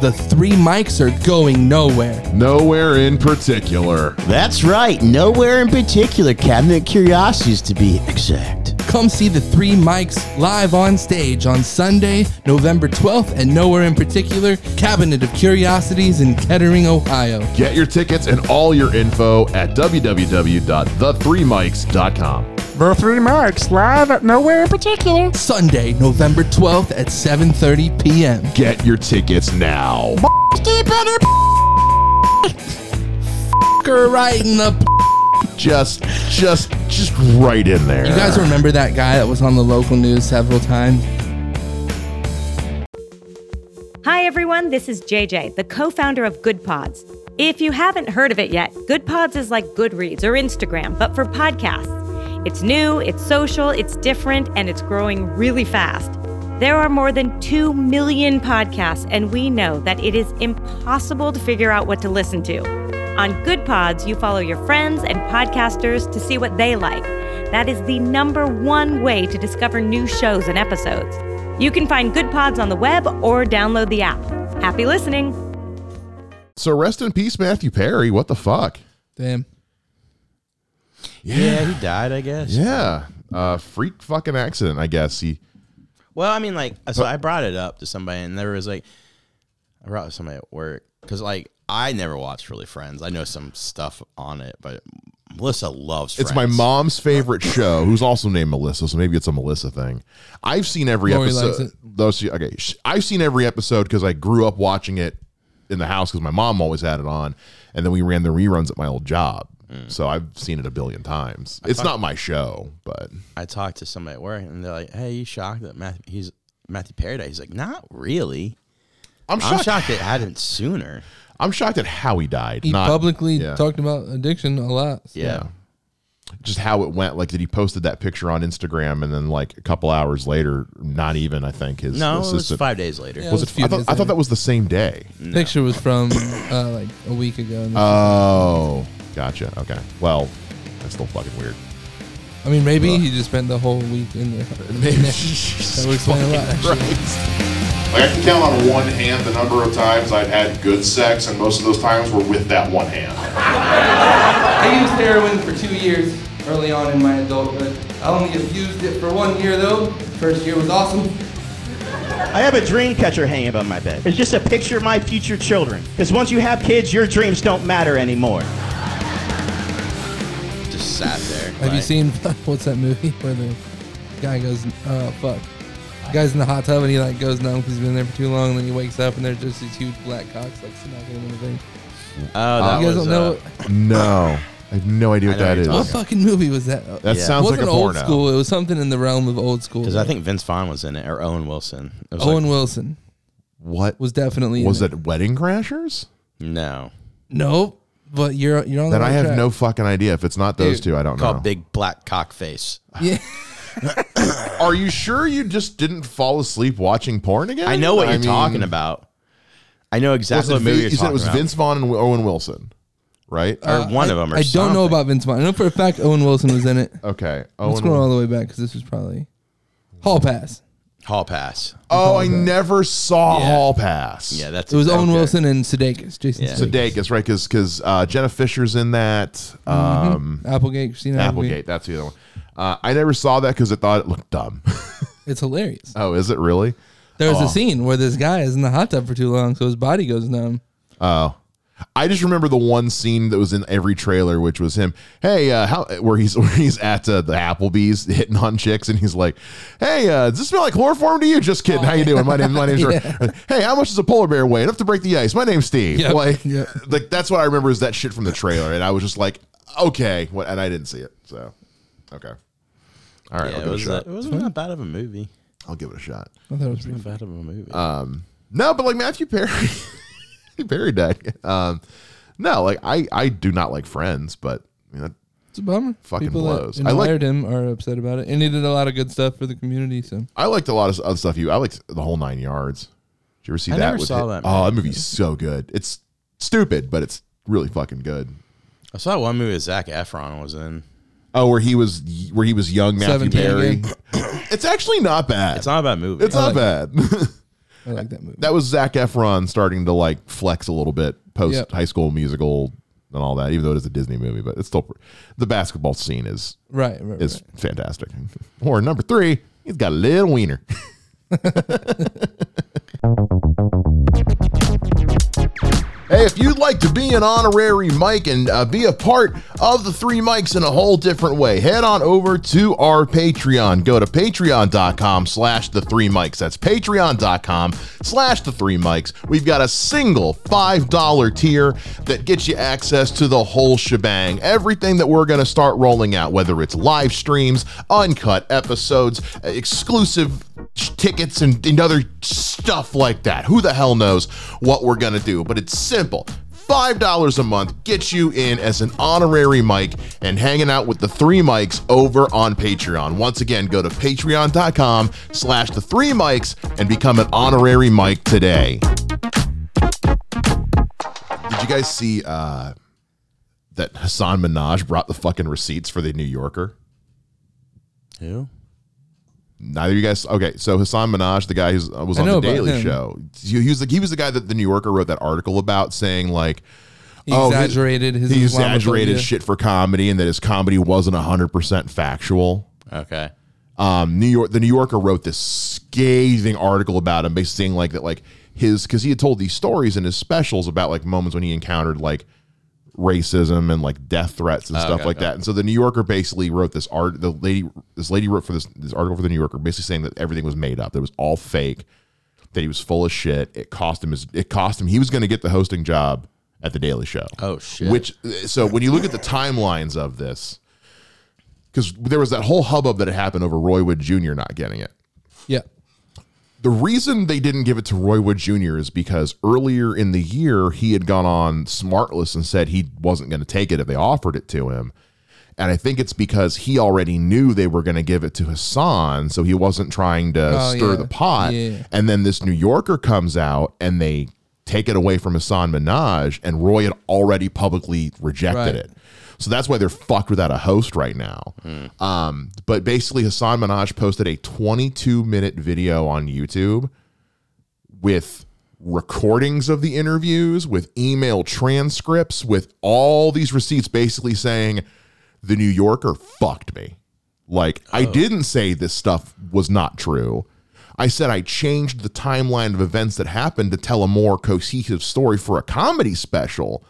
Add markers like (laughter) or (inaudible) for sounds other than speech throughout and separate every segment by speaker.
Speaker 1: the three mics are going nowhere.
Speaker 2: Nowhere in particular.
Speaker 3: That's right. Nowhere in particular. Cabinet Curiosities, to be exact.
Speaker 1: Come see the three mics live on stage on Sunday, November 12th at Nowhere in Particular, Cabinet of Curiosities in Kettering, Ohio.
Speaker 2: Get your tickets and all your info at www.the3mics.com.
Speaker 4: The Three Mics live at Nowhere in Particular.
Speaker 1: Sunday, November 12th at 7:30 p.m.
Speaker 2: Get your tickets now.
Speaker 1: Fucker right in the p-
Speaker 2: Just, just, just right in there.
Speaker 1: You guys remember that guy that was on the local news several times?
Speaker 5: Hi, everyone. This is JJ, the co founder of Good Pods. If you haven't heard of it yet, Good Pods is like Goodreads or Instagram, but for podcasts. It's new, it's social, it's different, and it's growing really fast. There are more than 2 million podcasts, and we know that it is impossible to figure out what to listen to. On Good Pods, you follow your friends and podcasters to see what they like. That is the number one way to discover new shows and episodes. You can find Good Pods on the web or download the app. Happy listening!
Speaker 2: So rest in peace, Matthew Perry. What the fuck?
Speaker 1: Damn.
Speaker 3: Yeah, he died, I guess.
Speaker 2: Yeah. Uh, freak fucking accident, I guess. He,
Speaker 6: Well, I mean, like, so I brought it up to somebody, and there was like, I brought it to somebody at work because, like, I never watched really Friends. I know some stuff on it, but Melissa loves. Friends.
Speaker 2: it's my mom's favorite show, who's also named Melissa, so maybe it's a Melissa thing. I've seen every
Speaker 1: Lori likes
Speaker 2: episode.
Speaker 1: it.
Speaker 2: Though she, okay, sh- I've seen every episode because I grew up watching it in the house because my mom always had it on, and then we ran the reruns at my old job. So I've seen it a billion times. It's not my show, but
Speaker 6: I talked to somebody at work, and they're like, "Hey, you shocked that Matthew, he's Matthew Paradise?" He's like, "Not really.
Speaker 2: I'm
Speaker 6: I'm
Speaker 2: shocked.
Speaker 6: shocked it hadn't sooner."
Speaker 2: I'm shocked at how he died.
Speaker 1: He
Speaker 2: not
Speaker 1: publicly
Speaker 2: yeah.
Speaker 1: talked about addiction a lot.
Speaker 6: Yeah.
Speaker 2: just how it went. Like that he posted that picture on Instagram, and then like a couple hours later, not even I think his
Speaker 6: No, it was
Speaker 2: assistant.
Speaker 6: five days later.
Speaker 1: Yeah. It was
Speaker 2: was
Speaker 1: a
Speaker 2: it?
Speaker 1: few
Speaker 2: I thought,
Speaker 1: days
Speaker 2: I
Speaker 1: later.
Speaker 2: thought that was the same day.
Speaker 1: Picture was from uh, like a week ago.
Speaker 2: Uh, Oh, gotcha. Okay. Well, that's still fucking weird. (laughs)
Speaker 1: I mean, maybe he just spent the whole week in there.
Speaker 2: Maybe.
Speaker 1: That would explain a lot, actually.
Speaker 2: Like I can count on one hand the number of times I've had good sex, and most of those times were with that one hand.
Speaker 1: I used heroin for two years early on in my adulthood. I only abused it for one year though. First year was awesome.
Speaker 7: I have a dream catcher hanging above my bed. It's just a picture of my future children. Because once you have kids, your dreams don't matter anymore.
Speaker 6: Just sat there.
Speaker 1: Have you
Speaker 6: like,
Speaker 1: seen (laughs) what's that movie where the guy goes, "Oh fuck." The guy's in the hot tub and he like goes numb because he's been there for too long. And then he wakes up and there's just these huge black cocks like smacking him in the face.
Speaker 6: Oh, that
Speaker 1: you guys
Speaker 6: was,
Speaker 1: don't know
Speaker 6: uh,
Speaker 1: what,
Speaker 2: No, I have no idea what
Speaker 6: I know
Speaker 2: that
Speaker 6: what
Speaker 2: is.
Speaker 6: you're
Speaker 1: what fucking movie was that?
Speaker 2: That
Speaker 6: Yeah.
Speaker 2: sounds like
Speaker 1: wasn't
Speaker 2: a
Speaker 1: old
Speaker 2: porno.
Speaker 1: school. It was something in the realm of old school.
Speaker 6: Because I think Vince Vaughn was in it, or Owen Wilson. It was
Speaker 1: Owen
Speaker 6: like,
Speaker 1: Wilson
Speaker 2: What
Speaker 1: was definitely
Speaker 2: was
Speaker 1: in
Speaker 2: it? Wedding Crashers?
Speaker 6: no.
Speaker 1: Nope. But you're you're on
Speaker 2: Then
Speaker 1: the
Speaker 2: I
Speaker 1: right
Speaker 2: have
Speaker 1: track.
Speaker 2: no fucking idea. If it's not those
Speaker 1: Dude,
Speaker 2: two, I don't
Speaker 6: Called
Speaker 2: know.
Speaker 6: Big Black Cock Face.
Speaker 1: (laughs) Yeah.
Speaker 2: Are you sure you just didn't fall asleep watching porn again?
Speaker 6: I know what you're
Speaker 2: mean,
Speaker 6: talking about. I know exactly
Speaker 2: Was it,
Speaker 6: what movie
Speaker 2: Vin-
Speaker 6: you're
Speaker 2: you said
Speaker 6: talking
Speaker 2: it was
Speaker 6: about. Uh,
Speaker 2: Vince Vaughn and Owen Wilson, right?
Speaker 6: or one
Speaker 1: I,
Speaker 6: of them. Or
Speaker 1: I don't know
Speaker 6: something.
Speaker 1: about Vince Vaughn. I know for a fact Owen Wilson was in it.
Speaker 2: okay.
Speaker 1: Let's
Speaker 2: Owen
Speaker 1: go all
Speaker 2: Wil-
Speaker 1: the way back because this was probably Hall Pass.
Speaker 6: Hall Pass.
Speaker 2: Oh, I never saw
Speaker 6: Yeah.
Speaker 2: Hall Pass.
Speaker 6: Yeah, that's
Speaker 1: It was
Speaker 6: okay.
Speaker 1: Owen Wilson and Sudeikis. Jason
Speaker 6: Yeah.
Speaker 1: Sudeikis.
Speaker 2: Sudeikis, right? Because because uh, Jenna Fisher's in that. Um,
Speaker 1: Applegate, Christina Applegate.
Speaker 2: Applegate. That's the other one. Uh, I never saw that because I thought it looked dumb.
Speaker 1: It's hilarious.
Speaker 2: oh, is it (laughs) really?
Speaker 1: There's
Speaker 2: Oh.
Speaker 1: a scene where this guy is in the hot tub for too long, so his body goes numb.
Speaker 2: I just remember the one scene that was in every trailer, which was him. Hey, uh, how where he's (laughs) where he's at uh, the Applebee's hitting on chicks, and he's like, "Hey, uh, does this smell like chloroform to you?" Just kidding. how you doing? My name, my name's. Hey, how much does a polar bear weigh? Enough to break the ice. My name's Steve.
Speaker 1: Yep,
Speaker 2: Like,
Speaker 1: yep.
Speaker 2: like that's what I remember is that shit from the trailer, and I was just like, okay, what? And I didn't see it, so okay. All right, I'll
Speaker 6: Yeah, it,
Speaker 2: give it a
Speaker 6: was,
Speaker 2: shot.
Speaker 6: uh, it wasn't that bad of a movie.
Speaker 2: I'll give it a shot.
Speaker 1: I thought it was pretty
Speaker 6: Not bad of a movie.
Speaker 1: Uh,
Speaker 2: No, but like Matthew Perry, (laughs) Matthew Perry died. Um, no, like I, I do not like Friends, but I mean, that,
Speaker 1: it's a bummer.
Speaker 2: Fucking
Speaker 1: People
Speaker 2: blows. I
Speaker 1: That
Speaker 2: like-
Speaker 1: admired him are upset about it, and he did a lot of good stuff for the community. So
Speaker 2: I liked a lot of other stuff. You, I liked the whole nine yards. Did you ever see
Speaker 6: I
Speaker 2: that?
Speaker 6: never
Speaker 2: with
Speaker 6: saw
Speaker 2: hi-
Speaker 6: that
Speaker 2: Oh, that movie's so good. It's stupid, but it's really fucking good.
Speaker 6: I saw one movie that Zach Efron was in.
Speaker 2: Oh, where he was, where he was young Matthew
Speaker 1: 17
Speaker 2: Perry.
Speaker 1: again.
Speaker 2: it's actually not bad.
Speaker 6: It's not a bad movie.
Speaker 2: It's not bad. (laughs)
Speaker 1: I like that movie.
Speaker 2: that was Zach Efron starting to like flex a little bit post
Speaker 1: Yep.
Speaker 2: high school musical and all that, even though it is a Disney movie, but it's still pr- the basketball scene is
Speaker 1: right, right,
Speaker 2: is
Speaker 1: right.
Speaker 2: fantastic. Or number three, he's got a little wiener. Hey, if you'd like to be an honorary mic and uh, be a part of the three mics in a whole different way, head on over to our Patreon. Go to patreon.com slash the three mics. That's patreon.com slash the three mics. We've got a single $5 tier that gets you access to the whole shebang. Everything that we're going to start rolling out, whether it's live streams, uncut episodes, uh, exclusive tickets and, and other stuff like that. Who the hell knows what we're going to do? But it's simple. $5 a month gets you in as an honorary mic and hanging out with the three mics over on Patreon. Once again, go to patreon.com slash the three mics and become an honorary mic today. Did you guys see uh, that Hassan Minaj brought the fucking receipts for the New Yorker?
Speaker 6: Who?
Speaker 2: Neither of you guys. Okay, so Hassan Minaj, the guy who uh, was
Speaker 1: I
Speaker 2: on
Speaker 1: know
Speaker 2: the
Speaker 1: about
Speaker 2: Daily
Speaker 1: him.
Speaker 2: Show, he, he was the, he was the guy that the New Yorker wrote that article about, saying like,
Speaker 1: He
Speaker 2: oh, he-
Speaker 1: exaggerated his
Speaker 2: he exaggerated
Speaker 1: Islamophobia.
Speaker 2: shit for comedy, and that his comedy wasn't hundred percent factual.
Speaker 6: Okay.
Speaker 2: Um, New York, the New Yorker wrote this scathing article about him, basically saying like that, like his because he had told these stories in his specials about like moments when he encountered like racism and like death threats and stuff
Speaker 6: Oh, okay,
Speaker 2: like
Speaker 6: okay.
Speaker 2: that. And so the New Yorker basically wrote this art. The lady, this lady wrote for this this article for the New Yorker, basically saying that everything was made up. That it was all fake. That he was full of shit. It cost him his. It cost him. He was going to get the hosting job at the Daily Show.
Speaker 6: Oh, shit.
Speaker 2: Which so when you look at the timelines of this, because there was that whole hubbub that had happened over Roy Wood Jr. not getting it
Speaker 1: Yeah. (laughs)
Speaker 2: the reason they didn't give it to Roy Wood Jr. is because earlier in the year he had gone on Smartless and said he wasn't going to take it if they offered it to him. And I think it's because he already knew they were going to give it to Hassan, so he wasn't trying to
Speaker 1: Oh,
Speaker 2: stir
Speaker 1: yeah.
Speaker 2: the pot.
Speaker 1: Yeah.
Speaker 2: And then this New Yorker comes out and they take it away from Hassan Minaj, and Roy had already publicly rejected
Speaker 1: Right.
Speaker 2: it. So that's why they're fucked without a host right now. Um, but basically, Hassan Minaj posted a 22 minute video on YouTube with recordings of the interviews, with email transcripts, with all these receipts basically saying, The New Yorker fucked me. Like, I didn't say this stuff was not true. I said I changed the timeline of events that happened to tell a more cohesive story for a comedy special.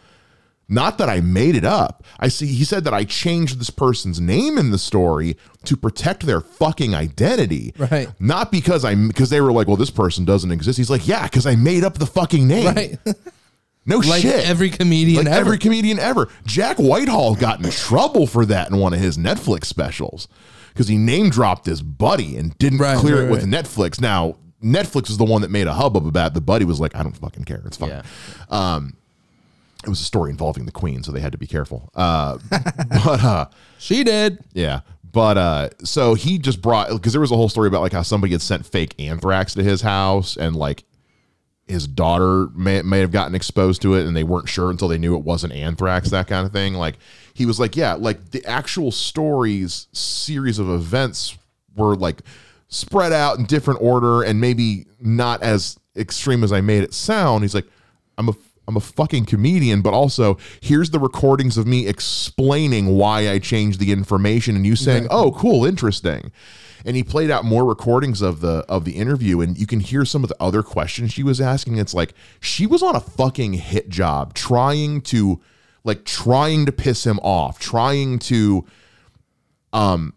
Speaker 2: Not that I made it up. I see he said that I changed this person's name in the story to protect their fucking identity.
Speaker 1: Right.
Speaker 2: Not because I because they were like, well, this person doesn't exist. He's like, yeah, because I made up the fucking name.
Speaker 1: Right. (laughs)
Speaker 2: No
Speaker 1: like
Speaker 2: shit.
Speaker 1: every comedian
Speaker 2: like
Speaker 1: ever.
Speaker 2: every comedian ever. Jack Whitehall got in trouble for that in one of his Netflix specials because he name dropped his buddy and didn't
Speaker 1: Right,
Speaker 2: clear
Speaker 1: right,
Speaker 2: it with
Speaker 1: right.
Speaker 2: Netflix. Now Netflix is the one that made a hubbub about it. the buddy was like, I don't fucking care. It's fine.
Speaker 6: Yeah.
Speaker 2: It was a story involving the Queen, so they had to be careful. Uh, but uh,
Speaker 1: she did.
Speaker 2: yeah. But uh so he just brought because there was a whole story about like how somebody had sent fake anthrax to his house and like his daughter may, may have gotten exposed to it and they weren't sure until they knew it wasn't anthrax that kind of thing like he was like yeah like the actual stories series of events were like spread out in different order and maybe not as extreme as i made it sound he's like i'm a i'm a fucking comedian but also here's the recordings of me explaining why i changed the information and you saying oh cool interesting and he played out more recordings of the of the interview and you can hear some of the other questions she was asking it's like she was on a fucking hit job trying to like trying to piss him off trying to um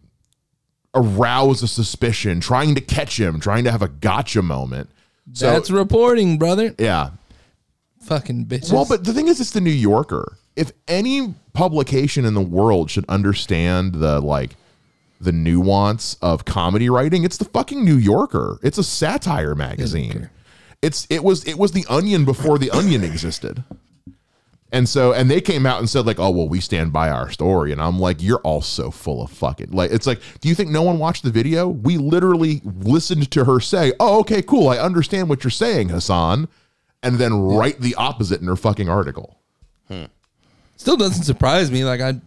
Speaker 2: arouse a suspicion trying to catch him trying to have a gotcha moment so
Speaker 1: That's reporting, brother.
Speaker 2: yeah
Speaker 1: Fucking bitches.
Speaker 2: well, but the thing is, it's the New Yorker. If any publication in the world should understand the like the nuance of comedy writing, it's the fucking New Yorker. It's a satire magazine. It's it was it was the Onion before the Onion existed. And so, and they came out and said like, "Oh well, we stand by our story." And I'm like, "You're all so full of fucking like." It's like, do you think no one watched the video? We literally listened to her say, "Oh, okay, cool, I understand what you're saying, Hassan," and then write the opposite in her fucking article.
Speaker 1: Still doesn't surprise me. Like I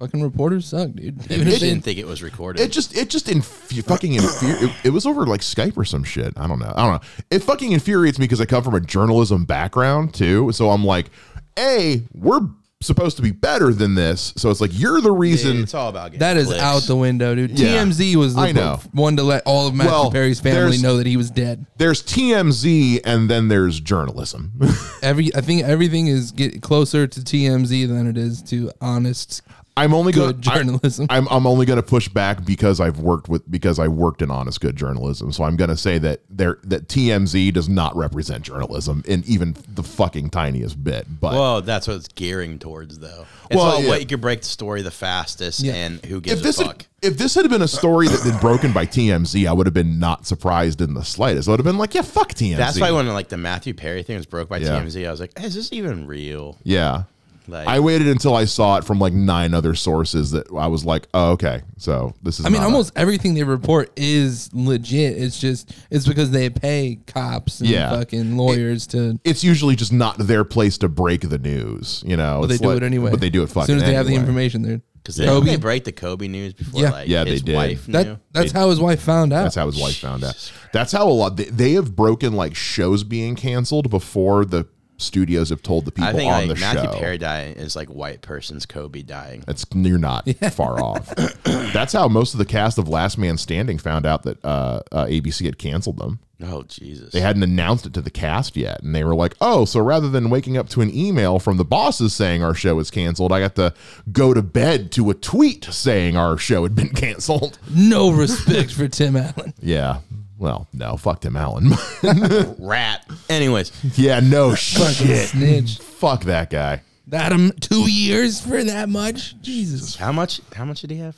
Speaker 1: Fucking reporters suck, dude. Even
Speaker 6: I
Speaker 1: if they-
Speaker 6: didn't think it was recorded.
Speaker 2: It just, it just inf- fucking infuri- it, it was over like Skype or some shit. I don't know. I don't know. It fucking infuriates me because I come from a journalism background too. So I'm like, a, we're supposed to be better than this. So it's like you're the reason.
Speaker 6: it's all about getting
Speaker 1: that is
Speaker 6: clicks.
Speaker 1: out the window, dude.
Speaker 2: Yeah.
Speaker 1: TMZ was the
Speaker 2: I know.
Speaker 1: one to let all of Matthew
Speaker 2: Well,
Speaker 1: Perry's family
Speaker 2: there's-
Speaker 1: know that he was dead.
Speaker 2: there's TMZ and then there's journalism. (laughs)
Speaker 1: Every I think everything is get closer to TMZ than it is to honest.
Speaker 2: I'm only
Speaker 1: Good
Speaker 2: good
Speaker 1: journalism.
Speaker 2: I, am I'm only going to push back because I've worked with because I worked in honest good journalism. So I'm going to say that there that TMZ does not represent journalism in even the fucking tiniest bit. But
Speaker 6: Well, that's what it's gearing towards, though. It's
Speaker 2: Well,
Speaker 6: all
Speaker 2: yeah.
Speaker 6: what you can break the story the fastest
Speaker 1: Yeah.
Speaker 6: and who gives
Speaker 2: if this
Speaker 6: a
Speaker 2: had,
Speaker 6: fuck.
Speaker 2: if this had been a story that had been broken by TMZ, I would have been not surprised in the slightest. I would have been like, yeah, fuck TMZ.
Speaker 6: That's why when like the Matthew Perry thing was broke by
Speaker 2: Yeah.
Speaker 6: TMZ, I was like, is this even real?
Speaker 2: yeah.
Speaker 6: Like,
Speaker 2: I waited until I saw it from like nine other sources that I was like, oh, okay, so this is.
Speaker 1: I mean,
Speaker 2: not a-
Speaker 1: almost everything they report is legit. It's just it's because they pay cops and
Speaker 2: Yeah.
Speaker 1: fucking lawyers to.
Speaker 2: it's usually just not their place to break the news, you know.
Speaker 1: But they
Speaker 2: It's
Speaker 1: do
Speaker 2: like-
Speaker 1: it anyway.
Speaker 2: But they do it fucking
Speaker 1: as soon as they have the
Speaker 2: anyway.
Speaker 1: information. They're
Speaker 6: because they,
Speaker 1: Kobe-
Speaker 6: they break the Kobe news before
Speaker 1: Yeah.
Speaker 6: like
Speaker 2: Yeah,
Speaker 6: his
Speaker 2: they did.
Speaker 6: wife
Speaker 1: that
Speaker 6: knew.
Speaker 1: that's how his wife found out.
Speaker 2: That's how his wife found out. That's how a lot they, they have broken like shows being canceled before the studios have told the people
Speaker 6: I think
Speaker 2: on
Speaker 6: like
Speaker 2: the
Speaker 6: Matthew
Speaker 2: show.
Speaker 6: Perry dying is like white person's Kobe dying.
Speaker 2: That's you're not far off. That's how most of the cast of Last Man Standing found out that uh, uh, ABC had canceled them.
Speaker 6: Oh Jesus!
Speaker 2: They hadn't announced it to the cast yet, and they were like, "Oh, so rather than waking up to an email from the bosses saying our show is canceled, I got to go to bed to a tweet saying our show had been canceled." (laughs)
Speaker 1: No respect for Tim Allen.
Speaker 2: Yeah. Well, no, fuck Tim Allen. (laughs)
Speaker 6: rat. Anyways,
Speaker 2: yeah,
Speaker 1: (laughs)
Speaker 2: no
Speaker 1: Fucking
Speaker 2: shit.
Speaker 1: snitch.
Speaker 2: Fuck that guy.
Speaker 1: That um, two years for that much? Jesus.
Speaker 6: how much? How much did he have?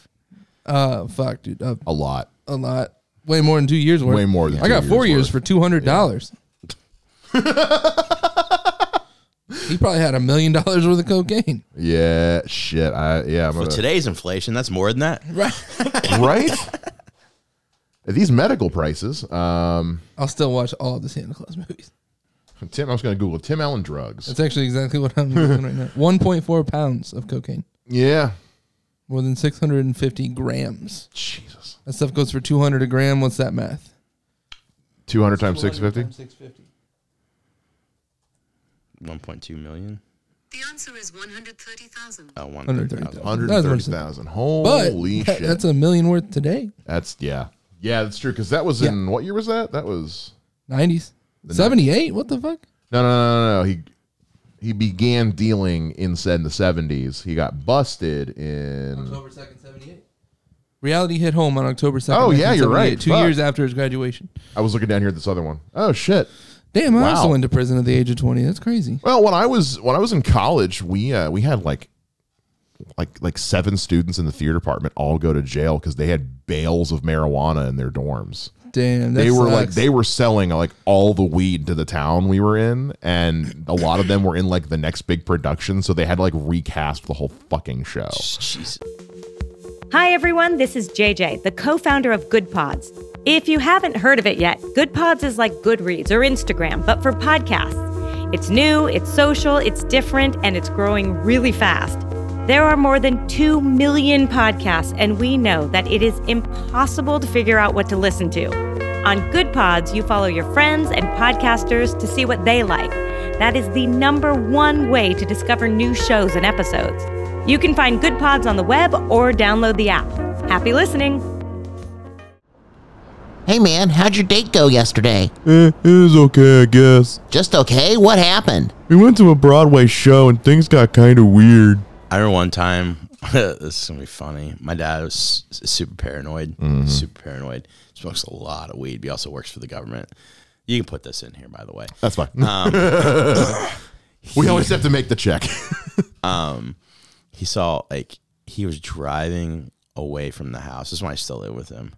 Speaker 1: Uh, fuck, dude. Uh,
Speaker 2: A lot.
Speaker 1: a lot. Way more than two years worth.
Speaker 2: Way more than
Speaker 1: I got
Speaker 2: two
Speaker 1: four years
Speaker 2: years
Speaker 1: for two hundred dollars. he probably had a million dollars worth of cocaine.
Speaker 2: Yeah, shit. I yeah, I'm
Speaker 6: With
Speaker 2: gonna-
Speaker 6: today's inflation, that's more than that.
Speaker 1: (laughs) Right.
Speaker 2: right? At (laughs) These medical prices. Um,
Speaker 1: I'll still watch all the Santa Claus movies.
Speaker 2: Tim, I was going to Google Tim Allen drugs.
Speaker 1: That's actually exactly what I'm doing right (laughs) now. One point four pounds of cocaine.
Speaker 2: yeah.
Speaker 1: More than six hundred and fifty grams.
Speaker 2: Jesus.
Speaker 1: That stuff goes for two hundred a gram. What's that math?
Speaker 2: 200 times 650?
Speaker 1: Six fifty.
Speaker 6: One point two million.
Speaker 8: The answer is 130,000.
Speaker 6: Oh, one hundred
Speaker 1: 130,000.
Speaker 6: thousand.
Speaker 1: That's what I'm saying.
Speaker 2: 130,000.
Speaker 1: But
Speaker 2: Holy
Speaker 1: that-
Speaker 2: shit.
Speaker 1: that's a million worth today.
Speaker 2: That's yeah. Yeah, that's true cuz that was
Speaker 1: Yeah.
Speaker 2: in what year was that? That was
Speaker 1: Nineties. Seventy eight? What the fuck?
Speaker 2: No, no, no, no, no. He he began dealing in said in the 70s. He got busted in
Speaker 1: second, seventy eight. Reality hit home on October second.
Speaker 2: Oh, yeah, you're right.
Speaker 1: Two
Speaker 2: Fuck.
Speaker 1: years after his graduation.
Speaker 2: I was looking down here at this other one. Oh shit.
Speaker 1: Damn, I also
Speaker 2: Wow.
Speaker 1: went to prison at the age of twenty. That's crazy.
Speaker 2: Well, when I was when I was in college, we uh, we had like like like seven students in the theater department all go to jail cuz they had bales of marijuana in their dorms.
Speaker 1: Damn, that
Speaker 2: they were like
Speaker 1: sucks.
Speaker 2: they were selling like all the weed to the town we were in and a lot of them were in like the next big production so they had to like recast the whole fucking show
Speaker 6: Jesus.
Speaker 5: Hi, everyone. This is JJ, the co founder of Good Pods. If you haven't heard of it yet, Good Pods is like Goodreads or Instagram, but for podcasts. It's new, it's social, it's different, and it's growing really fast. There are more than 2 million podcasts, and we know that it is impossible to figure out what to listen to. On Good Pods, you follow your friends and podcasters to see what they like. That is the number one way to discover new shows and episodes. You can find Good Pods on the web or download the app. Happy listening!
Speaker 9: Hey man, how'd your date go yesterday?
Speaker 10: Eh, it was okay, I guess.
Speaker 9: Just okay? What happened?
Speaker 10: We went to a Broadway show and things got kind of weird.
Speaker 6: I remember one time. (laughs) this is gonna be funny. My dad was s- super paranoid. Super paranoid. Smokes a lot of weed. But he also works for the government. You can put this in here, by the way.
Speaker 2: that's fine (laughs) we always have to make the check (laughs)
Speaker 6: he saw like he was driving away from the house. This is why I still live with him.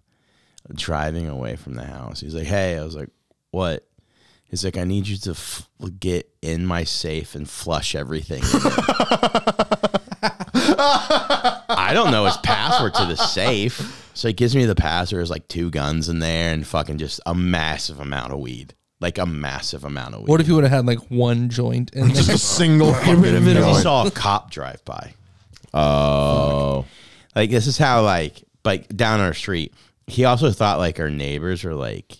Speaker 6: Driving away from the house. He's like, "Hey," I was like, "What?" He's like, "I need you to f- get in my safe and flush everything." in it." I don't know his password to the safe, so he gives me the password. There's like two guns in there and fucking just a massive amount of weed, like a massive amount of weed.
Speaker 1: what if you
Speaker 2: (laughs)
Speaker 1: would have had like one joint and
Speaker 2: just a single
Speaker 1: rid of
Speaker 2: fucking
Speaker 1: it
Speaker 6: Because
Speaker 1: all.
Speaker 6: he
Speaker 2: joint.
Speaker 6: saw a cop drive by. Oh, like this is how like like down our street. He also thought like our neighbors were like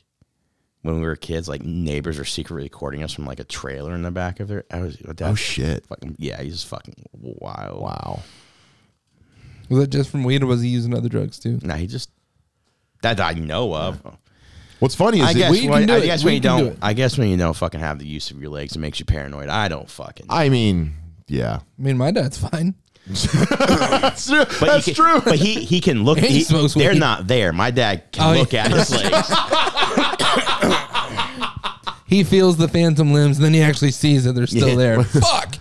Speaker 6: when we were kids, like neighbors were secretly recording us from like a trailer in the back of their. I was that
Speaker 2: Oh shit!
Speaker 6: Fucking, yeah, he's just fucking wild.
Speaker 2: Wow.
Speaker 1: Was it just from weed or was he using other drugs too?
Speaker 6: Nah, he just that I know of.
Speaker 2: What's funny is
Speaker 6: I
Speaker 2: it-
Speaker 6: guess,
Speaker 1: we can
Speaker 6: when,
Speaker 1: do
Speaker 6: I
Speaker 1: it.
Speaker 6: guess
Speaker 1: We
Speaker 6: when you
Speaker 1: can do
Speaker 6: don't,
Speaker 1: it.
Speaker 6: I guess when you don't fucking have the use of your legs, it makes you paranoid. I don't fucking.
Speaker 2: I mean, yeah,
Speaker 1: I mean, my dad's fine.
Speaker 2: that's true.
Speaker 6: But
Speaker 2: that's
Speaker 6: he can,
Speaker 2: true.
Speaker 6: But he he can look.
Speaker 1: And (laughs) he
Speaker 6: he-
Speaker 1: smokes
Speaker 6: they're
Speaker 1: weed.
Speaker 6: not there. My dad can
Speaker 1: Oh,
Speaker 6: look at
Speaker 1: (laughs)
Speaker 6: his legs.
Speaker 1: He feels the phantom limbs, and then he actually sees that they're still
Speaker 2: (laughs)
Speaker 1: there. Fuck.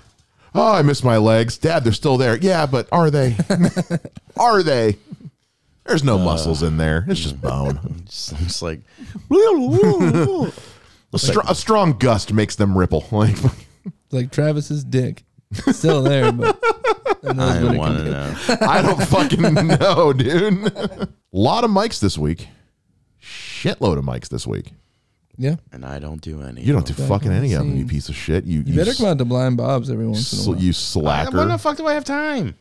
Speaker 2: oh, I miss my legs, Dad. They're still there. Yeah, but are they? are they? There's no muscles in there. It's just
Speaker 6: (laughs)
Speaker 2: bone.
Speaker 6: Just, I'm just like,
Speaker 2: a, str- a strong gust makes them ripple. (laughs) Like
Speaker 1: It's like Travis's dick, still there,
Speaker 2: (laughs)
Speaker 1: but who knows
Speaker 6: I
Speaker 1: when
Speaker 6: don't
Speaker 1: it
Speaker 6: want
Speaker 1: comes-
Speaker 6: to know.
Speaker 2: I don't fucking know, dude. (laughs) a lot of mics this week. Shitload of mics this week.
Speaker 1: Yeah,
Speaker 6: And I don't do any.
Speaker 2: You don't do fucking any of them, you
Speaker 1: see.
Speaker 2: piece of shit. You,
Speaker 1: you better
Speaker 2: s-
Speaker 1: come out to Blind Bob's every once in a
Speaker 2: sl-
Speaker 1: while.
Speaker 2: you
Speaker 6: I- When the
Speaker 2: slacker.
Speaker 6: fuck do I have time?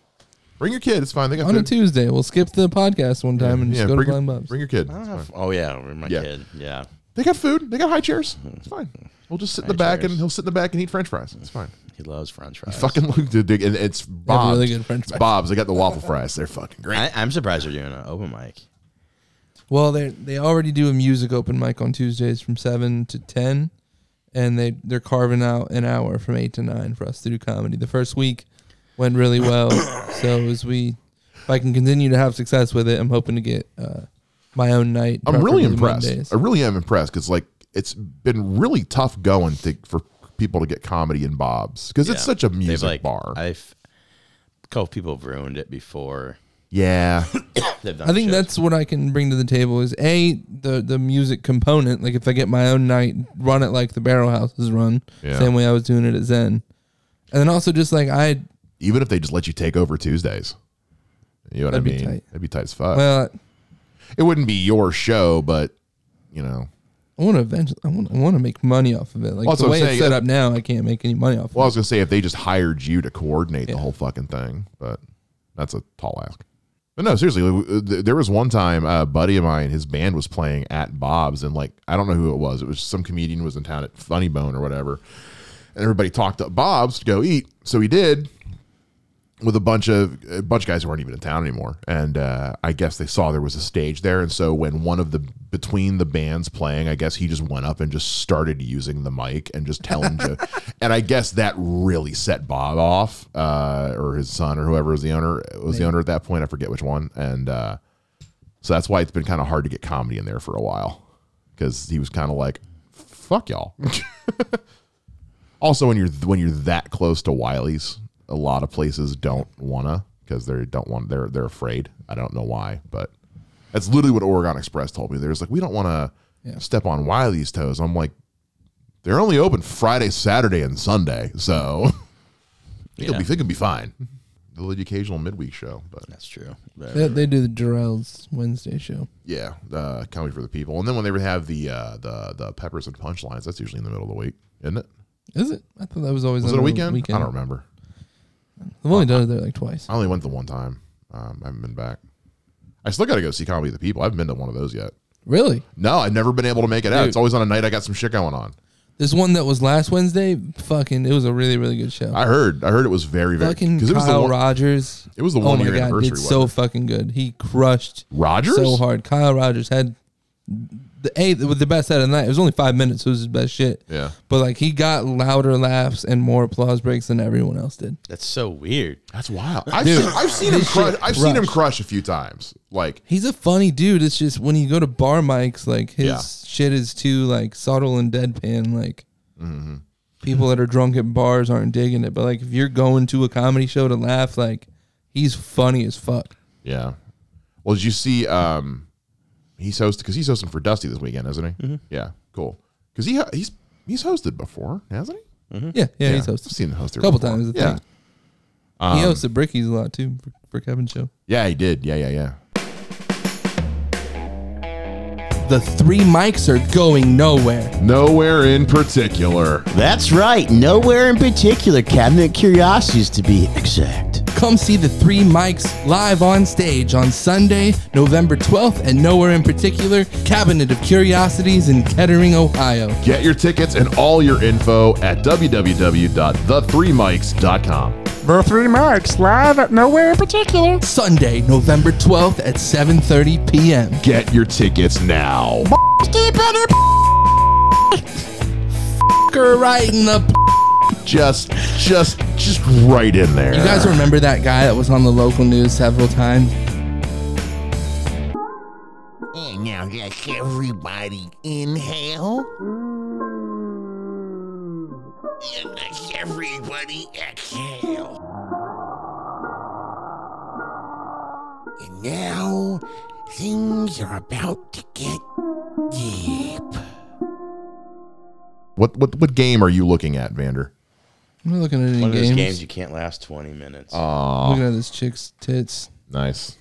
Speaker 2: Bring your kid. It's fine. They got
Speaker 1: On a
Speaker 2: food.
Speaker 1: Tuesday, we'll skip the podcast one time and just go to
Speaker 2: bring your,
Speaker 1: Blind Bob's.
Speaker 2: Bring your kid.
Speaker 6: I
Speaker 2: It's
Speaker 6: don't
Speaker 2: fine.
Speaker 6: have, oh yeah, with my
Speaker 2: Yeah.
Speaker 6: kid. Yeah.
Speaker 2: They got food. They got high chairs. It's fine. We'll just sit in the
Speaker 6: High
Speaker 2: back and
Speaker 6: chairs.
Speaker 2: he'll sit in the back and eat French fries. It's fine.
Speaker 6: He loves French fries.
Speaker 2: Fucking Luke did dig, and it's Bob's.
Speaker 1: really good French
Speaker 2: it's
Speaker 1: fries.
Speaker 2: Bob's. They got the waffle fries. They're fucking great.
Speaker 6: I, I'm surprised they're doing an open mic.
Speaker 1: Well, they they already do a music open mic on Tuesdays from seven to ten, and they they're carving out an hour from eight to nine for us to do comedy. The first week went really well, (coughs) so as we, if I can continue to have success with it, I'm hoping to get uh, my own night.
Speaker 2: I'm
Speaker 1: preferably
Speaker 2: really impressed.
Speaker 1: Mondays.
Speaker 2: I really am impressed because like it's been really tough going to, for people to get comedy in Bob's because it's
Speaker 6: Yeah.
Speaker 2: such a
Speaker 6: They've,
Speaker 2: music
Speaker 6: like,
Speaker 2: bar.
Speaker 6: I've a couple people have ruined it before.
Speaker 2: yeah,
Speaker 6: They've done
Speaker 1: I think
Speaker 6: shows.
Speaker 1: that's what I can bring to the table is a the the music component. Like if I get my own night, run it like the Barrel Houses run,
Speaker 2: Yeah.
Speaker 1: same way I was doing it at Zen, and then also just like I
Speaker 2: even if they just let you take over Tuesdays, you know what
Speaker 1: That'd be
Speaker 2: I mean?
Speaker 1: tight.
Speaker 2: That'd be tight as fuck.
Speaker 1: well.
Speaker 2: it wouldn't be your show, but you know.
Speaker 1: I want to eventually. I want. I want to make money off of it. Like
Speaker 2: Well, that's
Speaker 1: the
Speaker 2: what
Speaker 1: way
Speaker 2: I'm
Speaker 1: it's
Speaker 2: saying.
Speaker 1: set up now, I can't make any money off.
Speaker 2: Well, I
Speaker 1: of
Speaker 2: was gonna say if they just hired you to coordinate the
Speaker 1: Yeah.
Speaker 2: whole fucking thing, but that's a tall ask. But no, seriously, like, w- th- there was one time a buddy of mine, his band was playing at Bob's, and like I don't know who it was. It was some comedian was in town at Funny Bone or whatever, and everybody talked up Bob's to go eat. So he did with a bunch of a bunch of guys who weren't even in town anymore, and uh, I guess they saw there was a stage there, and so when one of the between the bands playing, I guess he just went up and just started using the mic and just telling, jo- and I guess that really set Bob off, uh, or his son, or whoever was the owner was the owner at that point. I forget which one, and uh, so that's why it's been kind of hard to get comedy in there for a while because he was kind of like, "Fuck y'all." (laughs) also, when you're when you're that close to Wiley's, a lot of places don't wanna because they don't want they're they're afraid. I don't know why, but that's literally what Oregon Express told me. They're just like, "We don't want to
Speaker 1: Yeah.
Speaker 2: step on Wiley's toes." I'm like, "They're only open Friday, Saturday, and Sunday, so (laughs) it'll
Speaker 6: Yeah.
Speaker 2: be it'll be fine." They'll do The occasional midweek show, but
Speaker 6: That's true.
Speaker 1: it. They, they do the Jarrell's Wednesday show.
Speaker 2: yeah, uh, comedy for the people, and then when they would have the uh, the the peppers and punchlines, that's usually in the middle of the week, isn't it?
Speaker 1: Is it? I thought that was always
Speaker 2: Was
Speaker 1: on
Speaker 2: it a
Speaker 1: the
Speaker 2: weekend? I don't remember.
Speaker 1: I've only done it there like twice.
Speaker 2: I only went the one time. Um, I haven't been back. I still got to go see comedy of the people. I haven't been to one of those yet.
Speaker 1: Really?
Speaker 2: No, I've never been able to make it out.
Speaker 1: Dude.
Speaker 2: It's always on a night I got some shit going on.
Speaker 1: This one that was last Wednesday, fucking, it was a really really good show.
Speaker 2: I heard. I heard it was very very
Speaker 1: fucking
Speaker 2: it was the
Speaker 1: Kyle
Speaker 2: one,
Speaker 1: Rogers.
Speaker 2: It was the
Speaker 1: Oh
Speaker 2: one
Speaker 1: my
Speaker 2: year
Speaker 1: god,
Speaker 2: anniversary,
Speaker 1: did
Speaker 2: wasn't
Speaker 1: so
Speaker 2: it?
Speaker 1: fucking good. He crushed
Speaker 2: Rogers.
Speaker 1: so hard. Kyle Rogers had the a with the best set of the night. It was only five minutes. So it was his best shit.
Speaker 2: Yeah.
Speaker 1: But like he got louder laughs and more applause breaks than everyone else did.
Speaker 6: That's so weird.
Speaker 2: That's wild. I've
Speaker 1: Dude,
Speaker 2: seen, I've seen him
Speaker 1: this
Speaker 2: crush.
Speaker 1: shit
Speaker 2: I've seen him
Speaker 1: crushed.
Speaker 2: crush a few times. Like
Speaker 1: He's a funny dude. It's just when you go to bar mics, like his
Speaker 2: Yeah.
Speaker 1: shit is too like subtle and deadpan. Like
Speaker 2: Mm-hmm.
Speaker 1: people that are drunk at bars aren't digging it. But like if you're going to a comedy show to laugh, like he's funny as fuck.
Speaker 2: Yeah. Well, did you see? Um, he's hosted because he's hosting for Dusty this weekend, isn't he?
Speaker 1: Mm-hmm.
Speaker 2: Yeah. Cool. Because he ho- he's he's hosted before, hasn't he?
Speaker 1: Yeah, yeah, he's
Speaker 2: I've
Speaker 1: hosted
Speaker 2: seen him hosted
Speaker 1: a couple
Speaker 2: before.
Speaker 1: times. I
Speaker 2: Yeah.
Speaker 1: think. he
Speaker 6: Um,
Speaker 1: hosted Brickies a lot too for, for Kevin's show.
Speaker 2: Yeah, he did. Yeah, yeah, yeah.
Speaker 1: The three mics are going nowhere.
Speaker 2: Nowhere in particular.
Speaker 3: That's right. Nowhere in particular. Cabinet Curiosities to be exact.
Speaker 1: Come see the three mics live on stage on Sunday, November 12th at Nowhere in Particular, Cabinet of Curiosities in Kettering, Ohio.
Speaker 2: Get your tickets and all your info at www.the3mics.com.
Speaker 4: The Three Mics live at nowhere in particular.
Speaker 1: Sunday, November 12th at 7:30 p.m.
Speaker 2: Get your tickets now.
Speaker 1: Fucker right in the
Speaker 2: Just, just, just right in there.
Speaker 1: You guys remember that guy that was on the local news several times?
Speaker 9: And now let everybody inhale. And let everybody exhale. And now things are about to get deep.
Speaker 2: what, what, what game are you looking at, Vander?
Speaker 1: I'm not looking at any
Speaker 6: One of
Speaker 1: games.
Speaker 6: those games you can't last 20 minutes.
Speaker 2: Uh,
Speaker 1: I'm looking at this chick's tits.
Speaker 2: Nice.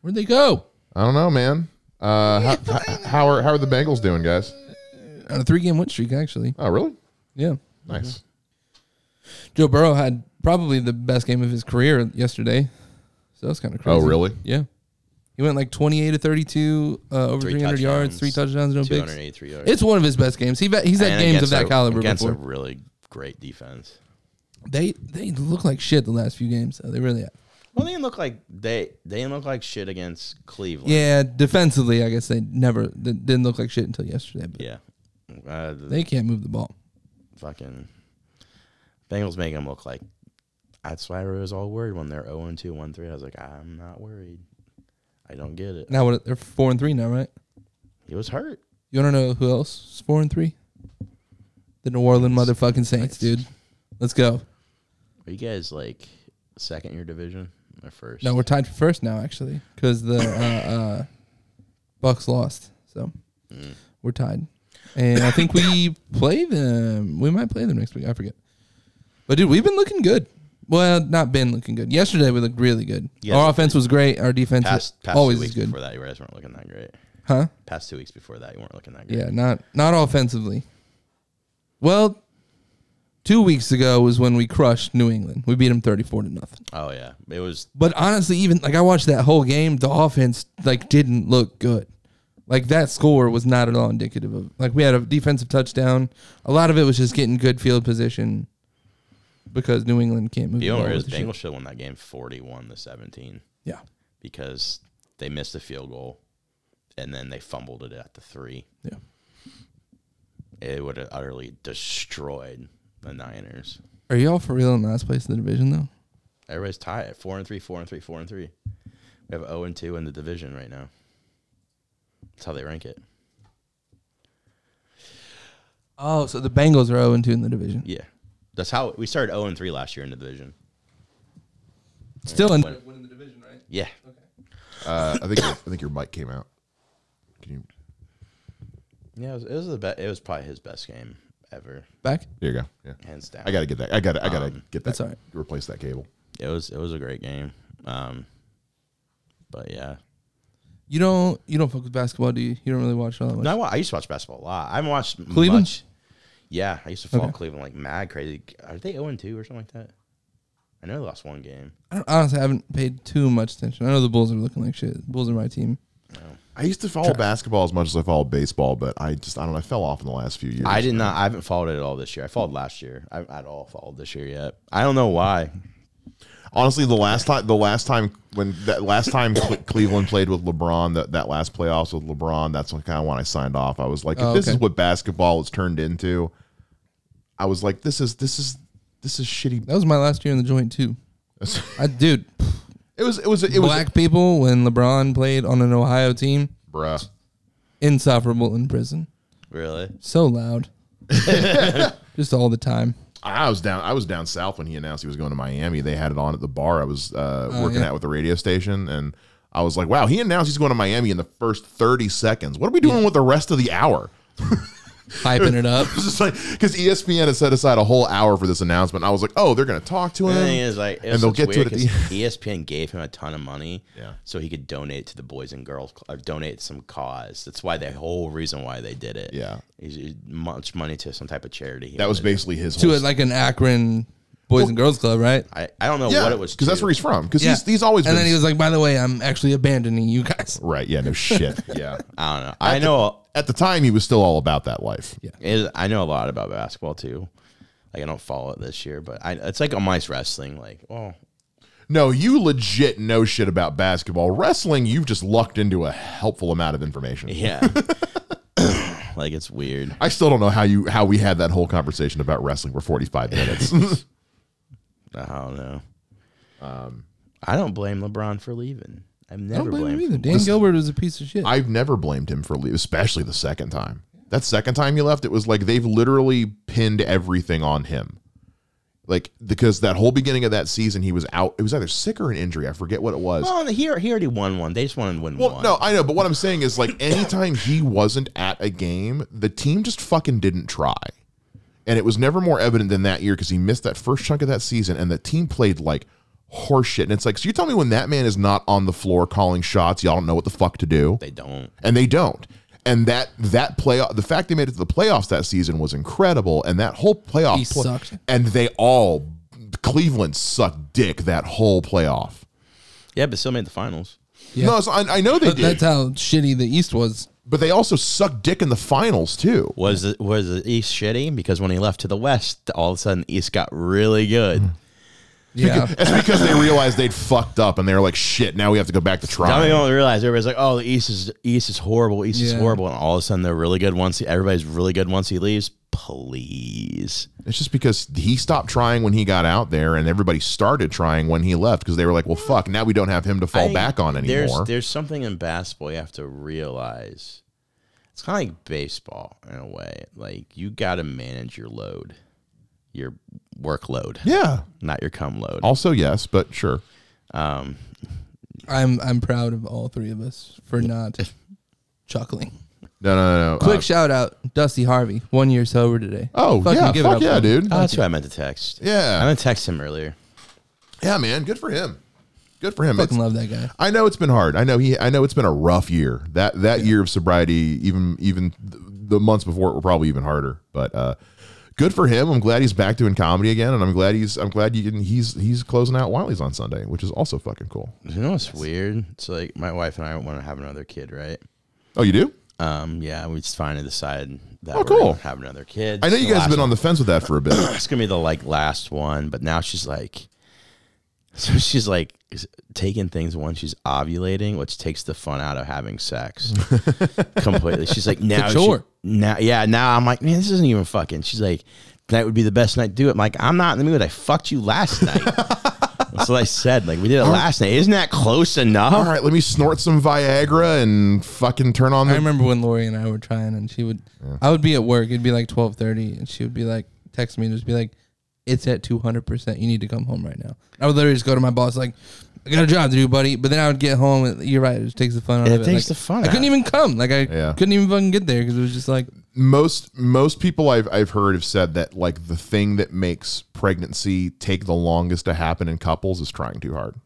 Speaker 1: Where'd they go?
Speaker 2: I don't know, man. Uh, how, how, how are how are the Bengals doing, guys?
Speaker 1: On a three-game win streak, actually.
Speaker 2: Oh, really?
Speaker 1: Yeah.
Speaker 2: Nice.
Speaker 1: Joe Burrow had probably the best game of his career yesterday. So that's kind of crazy.
Speaker 2: Oh, really?
Speaker 1: Yeah. He went like 28 to 32, uh, over
Speaker 6: Three
Speaker 1: 300 yards, three touchdowns, no picks.
Speaker 6: 283 yards.
Speaker 1: It's one of his best games. He he's had
Speaker 6: And
Speaker 1: games of
Speaker 6: against
Speaker 1: that
Speaker 6: a-
Speaker 1: caliber
Speaker 6: against
Speaker 1: before.
Speaker 6: a really great defense.
Speaker 1: They they look like shit the last few games. though. They really have.
Speaker 6: Well, they didn't look like they they didn't look like shit against Cleveland.
Speaker 1: Yeah, defensively, I guess they never they didn't look like shit until yesterday. But
Speaker 6: yeah. Uh, the
Speaker 1: they can't move the ball.
Speaker 6: fucking Bengals make them look like. That's why I was all worried when they're 0 2, 1 3. I was like, I'm not worried. I don't get it.
Speaker 1: Now what? They're four and three now, right?
Speaker 6: He was hurt.
Speaker 1: You want to know who else is four and three? The New Orleans motherfucking Saints, dude. Let's go.
Speaker 6: Are you guys like second year division or first?
Speaker 1: No, we're tied for first now, actually, because the uh, uh, Bucks lost, so
Speaker 6: Mm.
Speaker 1: we're tied. And I think we play them. We might play them next week. I forget. But dude, we've been looking good. Well, not been looking good. Yesterday we looked really good.
Speaker 6: Yes.
Speaker 1: Our offense was great. Our defense
Speaker 6: past, past
Speaker 1: always
Speaker 6: two
Speaker 1: is
Speaker 6: weeks
Speaker 1: good.
Speaker 6: before that, you guys weren't looking that great.
Speaker 1: Huh?
Speaker 6: Past two weeks before that, you weren't looking that great.
Speaker 1: Yeah, not not offensively. Well, two weeks ago was when we crushed New England. We beat them thirty-four to nothing.
Speaker 6: Oh yeah, it was.
Speaker 1: But honestly, even like I watched that whole game, the offense like didn't look good. Like that score was not at all indicative of like we had a defensive touchdown. A lot of it was just getting good field position because New England can't move.
Speaker 6: The
Speaker 1: the ball
Speaker 6: only reason
Speaker 1: with the shit.
Speaker 6: Bengals should have won that game forty-one to seventeen
Speaker 1: Yeah,
Speaker 6: because they missed a field goal, and then they fumbled it at the three.
Speaker 1: yeah.
Speaker 6: It would have utterly destroyed the Niners.
Speaker 1: Are y'all for real in last place in the division though?
Speaker 6: Everybody's tied at four and three, four and three, four and three. We have zero and two in the division right now. That's how they rank it.
Speaker 1: Oh, so the Bengals are zero and two in the division.
Speaker 6: Yeah, that's how we started zero and three last year in the division.
Speaker 1: Still in.
Speaker 6: Yeah,
Speaker 2: Uh, I think your, I think your mic came out. Can you?
Speaker 6: yeah, it was, it was the best. It was probably his best game ever,
Speaker 1: Back.
Speaker 2: There you go. Yeah. Um,
Speaker 6: hands down.
Speaker 2: I gotta get that. I gotta. I gotta get that.
Speaker 1: that's all right.
Speaker 2: Replace that cable.
Speaker 6: it was it was a great game. Um, but yeah,
Speaker 1: You don't you don't fuck with basketball, do you? You don't really watch all that much.
Speaker 6: no, I, wa- I used to watch basketball a lot. I haven't watched
Speaker 1: Cleveland?
Speaker 6: much. Yeah, I used to follow Cleveland like mad crazy. Are they zero and two or something like that? I know they lost one game.
Speaker 1: I don't, honestly I haven't paid too much attention. I know the Bulls are looking like shit. The Bulls are my team.
Speaker 2: I used to follow basketball as much as I followed baseball, but I just I don't know. I fell off in the last few years.
Speaker 6: I did not. I haven't followed it at all this year. I followed last year. I haven't at all followed this year yet. I don't know why.
Speaker 2: Honestly, the last time the last time when that last time Cle-
Speaker 1: (coughs)
Speaker 2: Cleveland played with LeBron, that that last playoffs with LeBron, that's when kind of when I signed off. I was like, if
Speaker 1: Oh,
Speaker 2: this
Speaker 1: okay.
Speaker 2: is what basketball is turned into. I was like, this is this is this is shitty.
Speaker 1: That was my last year in the joint too. I dude,
Speaker 2: (laughs) It was it was it was
Speaker 1: black people when LeBron played on an Ohio team,
Speaker 2: bruh.
Speaker 1: insufferable in prison.
Speaker 6: Really?
Speaker 1: So
Speaker 2: (laughs)
Speaker 1: loud. Just all the time.
Speaker 2: I was down. I was down south when he announced he was going to Miami. They had it on at the bar I was uh, working
Speaker 1: Oh, yeah.
Speaker 2: at with the radio station, and I was like, "Wow!" He announced he's going to Miami in the first thirty seconds. What are we doing with the rest of the hour? (laughs)
Speaker 1: Hyping it up.
Speaker 2: It's just like E because ESPN had set aside a whole hour for this announcement. I was like, "Oh, they're going to talk to
Speaker 6: The
Speaker 2: him."
Speaker 6: thing is, like,
Speaker 2: and they'll get to it at the (laughs) end.
Speaker 6: ESPN gave him a ton of money,
Speaker 2: Yeah.
Speaker 6: so he could donate to the Boys and Girls Cl- or donate some cause. That's why the whole reason why they did it.
Speaker 2: Yeah.
Speaker 6: Is- is much money to some type of charity. he
Speaker 2: That was
Speaker 6: wanted.
Speaker 2: basically his.
Speaker 1: To
Speaker 2: whole
Speaker 1: it like an Akron Boys and Girls Club, right?
Speaker 6: I, I don't know
Speaker 2: Yeah,
Speaker 6: what it was
Speaker 2: 'cause that's
Speaker 6: to.
Speaker 2: where he's from. Because he's he's always
Speaker 1: And
Speaker 2: been
Speaker 1: then he was like, by the way, I'm actually abandoning you guys.
Speaker 2: right. Yeah,
Speaker 1: (laughs)
Speaker 2: no shit. Yeah,
Speaker 6: I don't know.
Speaker 2: At
Speaker 6: I
Speaker 2: the-
Speaker 6: know
Speaker 2: at the time he was still all about that life.
Speaker 6: is I know a lot about basketball too. Like I don't follow it this year, but I it's like a mice wrestling. Like oh
Speaker 2: No, you legit know shit about basketball. Wrestling, you've just lucked into a helpful amount of
Speaker 1: (laughs)
Speaker 2: information.
Speaker 6: yeah, (coughs) like it's weird.
Speaker 2: I still don't know how you how we had that whole conversation about wrestling for 45 minutes.
Speaker 6: I don't know. Um, I don't blame LeBron for leaving. I've
Speaker 1: Um, I don't
Speaker 6: never
Speaker 1: blame
Speaker 6: blamed
Speaker 1: him
Speaker 6: him.
Speaker 1: either. Dan Gilbert was a piece of shit.
Speaker 2: (laughs) I've never blamed him for leaving, especially the second time. That second time he left, it was like they've literally pinned everything on him. Like because that whole beginning of that season he was out. It was either sick or an injury. I forget what it was.
Speaker 6: Well, he, he already won one. They just wanted to win
Speaker 2: Well,
Speaker 6: one.
Speaker 2: no, I know, but what I'm saying is like anytime he wasn't at a game, the team just fucking didn't try. And it was never more evident than that year because he missed that first chunk of that season and the team played like horseshit. And it's like, so you tell me when that man is not on the floor calling shots, y'all don't know what the fuck to do.
Speaker 6: they don't.
Speaker 2: And they don't. And that that playoff the fact they made it to the playoffs that season was incredible. And that whole playoff
Speaker 1: He sucked.
Speaker 2: and they all Cleveland sucked dick that whole playoff.
Speaker 6: Yeah, but still made the finals.
Speaker 1: Yeah.
Speaker 2: No, so I, I know they
Speaker 1: but
Speaker 2: did.
Speaker 1: that's how shitty the East
Speaker 2: (laughs)
Speaker 1: was.
Speaker 2: but they also sucked dick in the finals too.
Speaker 6: Was the, was the East shitty? Because when he left to the West, all of a sudden East got really good.
Speaker 1: Mm-hmm. Yeah.
Speaker 2: It's because they realized they'd fucked up and they were like, shit, now we have to go back to
Speaker 6: Now
Speaker 2: trying.
Speaker 6: we don't realize everybody's like, oh, the East is East is horrible. East is
Speaker 1: Yeah.
Speaker 6: horrible, and all of a sudden they're really good once. He, everybody's really good once he leaves. Please,
Speaker 2: It's just because he stopped trying when he got out there and everybody started trying when he left because they were like, well, fuck, now we don't have him to fall
Speaker 6: I-
Speaker 2: back on anymore.
Speaker 6: There's there's something in basketball you have to realize. It's kind of like baseball in a way. Like you got to manage your load, your workload,
Speaker 2: yeah.
Speaker 6: not your cum load.
Speaker 2: Also, yes, but sure.
Speaker 6: Um,
Speaker 1: I'm I'm proud of all three of us for not chuckling.
Speaker 2: No, no, no. no.
Speaker 1: Quick
Speaker 2: Uh,
Speaker 1: shout out, Dusty Harvey, one year sober today.
Speaker 2: oh,
Speaker 1: Fucking
Speaker 2: yeah.
Speaker 1: give it
Speaker 2: Fuck
Speaker 1: up
Speaker 2: yeah,
Speaker 1: for him. Uh,
Speaker 2: dude.
Speaker 6: oh, that's what I meant to text.
Speaker 2: Yeah.
Speaker 6: I meant to text him earlier.
Speaker 2: yeah, man. Good for him. Good for him.
Speaker 1: Fucking
Speaker 2: It's-
Speaker 1: love that guy.
Speaker 2: I know it's been hard. I know he. I know it's been a rough year. That that year of sobriety, even even th- the months before it were probably even harder. But uh, good for him. I'm glad he's back doing comedy again, and I'm glad he's. I'm glad you can. He's he's closing out Wiley's on Sunday, which is also fucking cool.
Speaker 6: You know what's weird? It's like my wife and I want to have another kid, right?
Speaker 2: Oh, you do?
Speaker 6: Um, yeah, we just finally decided that
Speaker 2: Oh,
Speaker 6: we're
Speaker 2: cool.
Speaker 6: gonna have another kid.
Speaker 2: I know you guys have been on the fence with that for a bit.
Speaker 6: It's gonna be the like last one, but now she's like, (laughs) so she's like is- taking things when she's ovulating, which takes the fun out of having sex
Speaker 2: (laughs)
Speaker 6: completely. She's like, now, she-
Speaker 1: chore.
Speaker 6: now, yeah, now I'm like, man, this isn't even fucking. She's like, tonight would be the best night to do it. I'm like, I'm not in the mood. I fucked you
Speaker 2: (laughs)
Speaker 6: last night. That's what I said. Like we did it last night. Isn't that close enough?
Speaker 2: All right, let me snort some Viagra and fucking turn on
Speaker 1: I
Speaker 2: the.
Speaker 1: remember when Lori and I were trying, and she would, I would be at work. It'd be like twelve thirty, and she would be like, text me and just be like, "It's at two hundred percent. You need to come home right now." I would literally just go to my boss like, "I got a job to do, buddy." But then I would get home, and you're right, it just takes the fun out
Speaker 6: It
Speaker 1: of it.
Speaker 6: takes
Speaker 1: Like,
Speaker 6: the fun
Speaker 1: I couldn't
Speaker 6: out.
Speaker 1: even come. Like I
Speaker 2: Yeah.
Speaker 1: couldn't even fucking get there because it was just like,
Speaker 2: most most people I've I've heard have said that like the thing that makes pregnancy take the longest to happen in couples is trying too hard.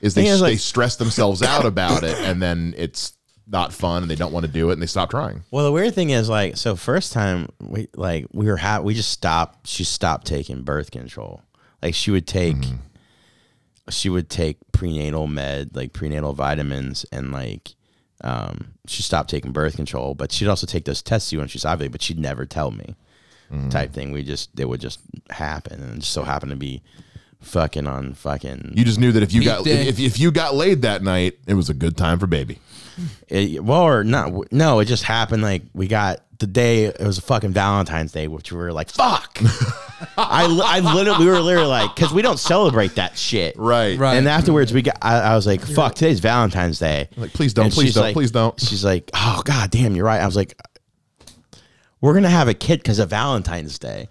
Speaker 2: Is they
Speaker 6: Thing is, like-
Speaker 2: they stress themselves out about it and then it's not fun and they don't want to do it and they stop trying.
Speaker 6: Well, the weird thing is, like, so first time we like we were ha- we just stopped. She stopped taking birth control. Like she would take, she would take prenatal med, like prenatal vitamins, and like um, she stopped taking birth control. But she'd also take those tests you when she's ovulating, but she'd never tell me. Type thing. We just it would just happen, and it just so happened to be fucking on fucking.
Speaker 2: You just knew that if you got
Speaker 1: day.
Speaker 2: if, if you got laid that night, it was a good time for baby.
Speaker 6: It, well, or not? No, it just happened. Like we got the day. It was a fucking Valentine's Day, which we were
Speaker 2: (laughs)
Speaker 6: like, "Fuck!" I, li- I literally, we were literally like, because we don't celebrate that shit,
Speaker 2: Right.
Speaker 1: Right.
Speaker 6: And afterwards, we got. I, I was like, "Fuck!" Today's Valentine's Day.
Speaker 2: Like, please don't, please
Speaker 6: she's
Speaker 2: don't,
Speaker 6: like-
Speaker 2: please don't.
Speaker 6: She's like, "Oh god damn, you're right." I was like, "We're gonna have a kid because of
Speaker 2: (laughs)
Speaker 6: Valentine's Day,"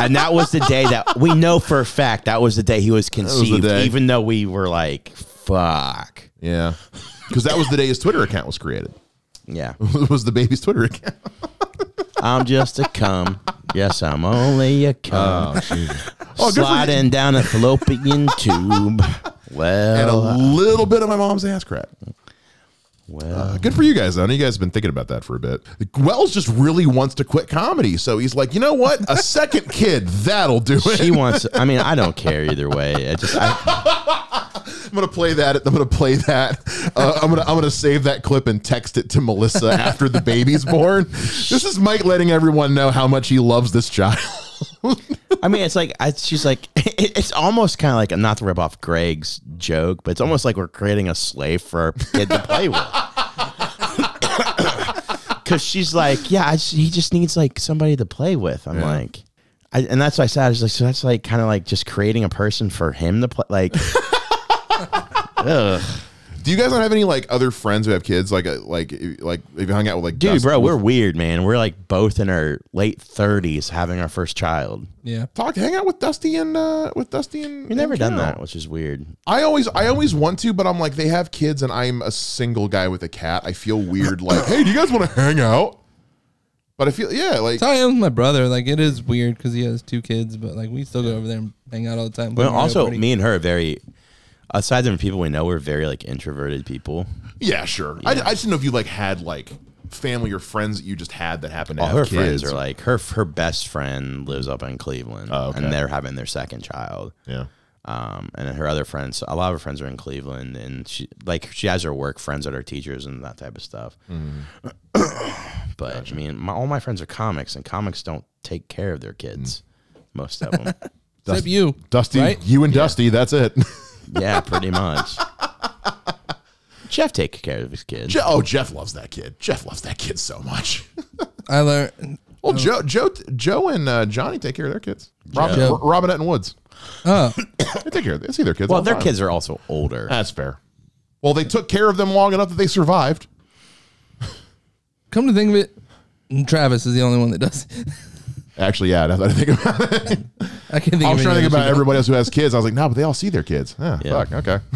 Speaker 6: and that was the day that we know for a fact that was the day he was
Speaker 2: was the
Speaker 6: conceived,
Speaker 2: day.
Speaker 6: even though we were like, "Fuck."
Speaker 2: Yeah. Cuz that was the day his Twitter account was created. (laughs)
Speaker 6: Yeah.
Speaker 2: was the baby's Twitter account.
Speaker 6: I'm just a cum. Yes, I'm only a cum.
Speaker 2: Oh, good for you.
Speaker 6: Sliding down a fallopian tube.
Speaker 2: and a (laughs)
Speaker 6: Well,
Speaker 2: little bit of my mom's ass crack. Uh, good for you guys. though. I know you guys have been thinking about that for a bit. Wells just really wants to quit comedy, so he's like, you know what? A
Speaker 6: (laughs)
Speaker 2: second kid, that'll do it.
Speaker 6: She wants. I mean, I don't care either way. I just. I,
Speaker 2: (laughs) I'm gonna play that. I'm gonna play that. Uh, I'm gonna I'm gonna save that clip and text it to
Speaker 6: (laughs)
Speaker 2: Melissa after the baby's born. This is Mike letting everyone know how much he loves this child. (laughs)
Speaker 6: I mean, it's like I, she's like. (laughs) It, it's almost kind of like not to rip off Greg's joke, but it's almost like we're creating a slave for our kid to play with. (coughs) Because she's like, yeah, I just, he just needs like somebody to play with. I'm
Speaker 2: Yeah.
Speaker 6: like, I, and that's what I said. I was like, so that's like kind of like just creating a person for him to play. Like, (laughs) ugh.
Speaker 2: Do you guys not have any like other friends who have kids? Like uh, like like if you hung out with like
Speaker 6: dude,
Speaker 2: Dustin-
Speaker 6: bro, we're weird, man. We're like both in our late 30s having our first child.
Speaker 1: Yeah.
Speaker 2: talk hang out with Dusty and uh with Dusty and
Speaker 6: We've never
Speaker 2: and
Speaker 6: done
Speaker 2: Carol.
Speaker 6: that, which is weird.
Speaker 2: I always I always want to, but I'm like they have kids and I'm a single guy with a cat. I feel weird. Like, hey, do you guys want to hang out? But I feel yeah, like
Speaker 1: That's how I am with my brother. Like it is weird because he has two kids, but like we still go over there and hang out all the time.
Speaker 6: But
Speaker 1: We're
Speaker 6: also,
Speaker 1: pretty-
Speaker 6: me and her are very, aside from people we know, we're very like introverted people.
Speaker 2: yeah, sure. I, I just didn't know if you like had like family or friends that you just had that happened to
Speaker 6: All
Speaker 2: have
Speaker 6: her
Speaker 2: kids.
Speaker 6: friends are like her her best friend lives up in Cleveland,
Speaker 2: Oh, okay.
Speaker 6: and they're having their second child.
Speaker 2: yeah.
Speaker 6: Um, and then her other friends, a lot of her friends are in Cleveland, and she like she has her work friends that are teachers and that type of stuff.
Speaker 2: Mm-hmm.
Speaker 6: (coughs) but I mean, my, all my friends are comics, and comics don't take care of their kids,
Speaker 2: Mm.
Speaker 6: most of
Speaker 2: (laughs)
Speaker 6: them.
Speaker 1: except you,
Speaker 2: Dusty,
Speaker 1: right?
Speaker 2: you and Dusty, that's it.
Speaker 6: yeah, pretty much. Jeff takes care of his
Speaker 2: (laughs)
Speaker 6: kids.
Speaker 2: Je- (laughs) oh, Jeff loves that kid. Jeff loves that kid so much. (laughs) Oh.
Speaker 1: I learned.
Speaker 2: Well, Joe, Joe, Joe, and uh, Johnny take care of their kids. Robin,
Speaker 1: Joe.
Speaker 2: R- Robinette and Woods,
Speaker 1: Oh,
Speaker 2: (coughs) they take care. of They see their kids.
Speaker 6: Well,
Speaker 2: all the
Speaker 6: their
Speaker 2: time.
Speaker 6: kids are also older.
Speaker 2: That's fair. Well, they took care of them long enough that they survived.
Speaker 1: come to think of it, Travis is the only one that does.
Speaker 2: Actually, yeah. Now that I think about it,
Speaker 1: I can think.
Speaker 2: I
Speaker 1: of
Speaker 2: was trying
Speaker 1: any
Speaker 2: to think
Speaker 1: other
Speaker 2: about
Speaker 1: people.
Speaker 2: everybody else who has kids. I was like, no, but they all see their kids. Huh,
Speaker 6: Yeah.
Speaker 2: Fuck.
Speaker 6: (laughs)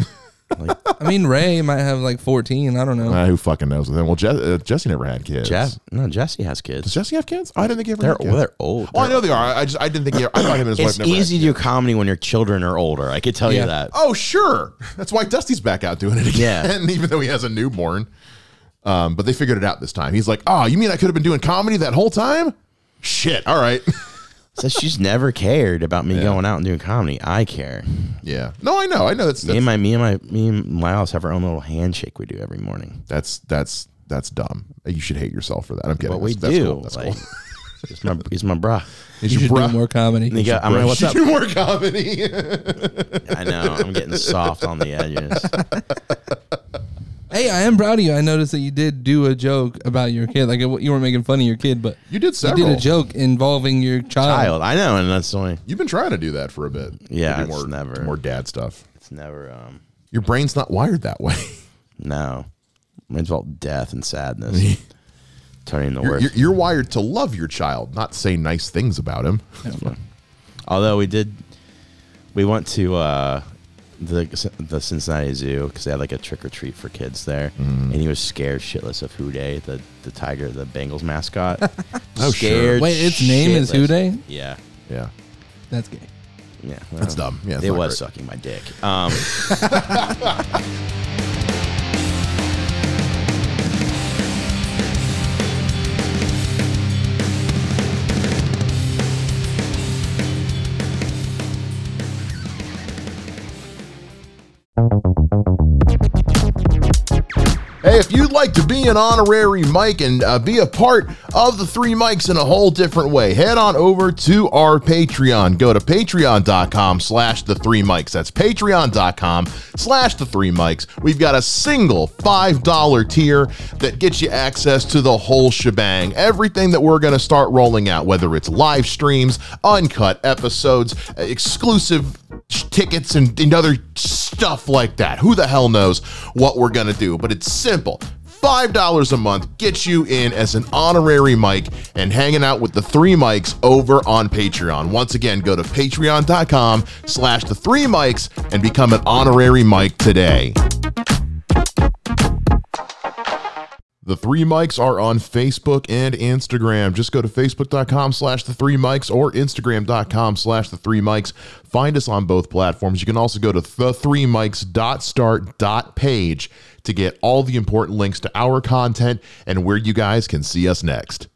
Speaker 2: Okay.
Speaker 1: I mean, Ray might have like fourteen. I don't know.
Speaker 2: Uh, who fucking knows? Then, well, Je- uh, Jesse never had kids.
Speaker 6: Jeff, no, Jesse has kids.
Speaker 2: Does Jesse have kids? I didn't think he ever.
Speaker 6: They're
Speaker 2: had kids.
Speaker 6: they're old.
Speaker 2: Oh, I
Speaker 6: They're-
Speaker 2: know they are. I I just I didn't think he. I thought him and his wife
Speaker 6: It's
Speaker 2: never. had
Speaker 6: easy to
Speaker 2: kids.
Speaker 6: do comedy when your children are older. I could tell
Speaker 1: Yeah.
Speaker 6: you that.
Speaker 2: Oh, sure. That's why Dusty's back out doing it again.
Speaker 6: Yeah.
Speaker 2: And (laughs) even though he has a newborn. Um, but they figured it out this time. He's like, oh, you mean I could have been doing comedy that whole time? Shit. All right. (laughs)
Speaker 6: So she's never cared about me going out and doing comedy. I care.
Speaker 2: yeah. No, I know. I know that's
Speaker 6: Me
Speaker 2: that's
Speaker 6: and my me and my me and Miles have our own little handshake we do every morning.
Speaker 2: that's that's, that's dumb. You should hate yourself for that. I'm kidding.
Speaker 6: What we
Speaker 2: that's, that's
Speaker 6: do,
Speaker 2: cool. That's
Speaker 6: like,
Speaker 2: cool.
Speaker 6: (laughs) he's my he's my bra.
Speaker 2: It's
Speaker 1: you
Speaker 2: your
Speaker 1: should
Speaker 2: bra-
Speaker 1: do
Speaker 2: (laughs)
Speaker 1: more comedy.
Speaker 6: And he go, I'm like,
Speaker 2: You
Speaker 6: what's (laughs)
Speaker 2: should (laughs)
Speaker 6: up?
Speaker 2: do more comedy.
Speaker 6: I know I'm getting soft on the edges.
Speaker 1: Hey, I am proud of you. I noticed that you did do a joke about your kid. Like it, you weren't making fun of your kid, but
Speaker 2: You did
Speaker 1: You did
Speaker 2: several.
Speaker 1: a joke involving your child.
Speaker 6: Child, I know, and that's only
Speaker 2: (laughs) You've been trying to do that for a bit.
Speaker 6: Yeah,
Speaker 2: Do
Speaker 6: it's
Speaker 2: more,
Speaker 6: never-
Speaker 2: more dad stuff.
Speaker 6: it's never um
Speaker 2: Your brain's not wired that way. (laughs)
Speaker 6: no. It's all death and sadness.
Speaker 2: (laughs)
Speaker 6: Turning the
Speaker 2: You're,
Speaker 6: worst.
Speaker 2: you're, you're wired to love your child, not say nice things about him.
Speaker 6: Although we did, we went to uh, the the Cincinnati Zoo because they had like a trick or treat for kids there,
Speaker 2: Mm.
Speaker 6: and he was scared shitless of Houday, the the tiger, the Bengals mascot.
Speaker 2: (laughs) Oh, sure.
Speaker 1: Wait, its name is
Speaker 6: shitless.
Speaker 1: Houday?
Speaker 6: Yeah,
Speaker 2: Yeah.
Speaker 1: That's gay.
Speaker 6: yeah,
Speaker 2: That's dumb. Yeah, it's
Speaker 6: it
Speaker 2: not
Speaker 6: was
Speaker 2: great.
Speaker 6: sucking my dick. Um,
Speaker 2: Hey, if you'd like to be an honorary mic and uh, be a part of the three mics in a whole different way, head on over to our Patreon. Go to patreon.com slash the three mics. That's patreon.com slash the three mics. We've got a single $5 tier that gets you access to the whole shebang. Everything that we're going to start rolling out, whether it's live streams, uncut episodes, uh, exclusive tickets and, and other stuff like that. Who the hell knows what we're going to do? But it's simple. $5 a month gets you in as an honorary mic and hanging out with the three mics over on Patreon. Once again, go to patreon.com slash the three mics and become an honorary mic today. The Three Mics are on Facebook and Instagram. Just go to facebook.com slash the three mics or instagram.com slash the three mics. Find us on both platforms. You can also go to the three mics.start.page to get all the important links to our content and where you guys can see us next.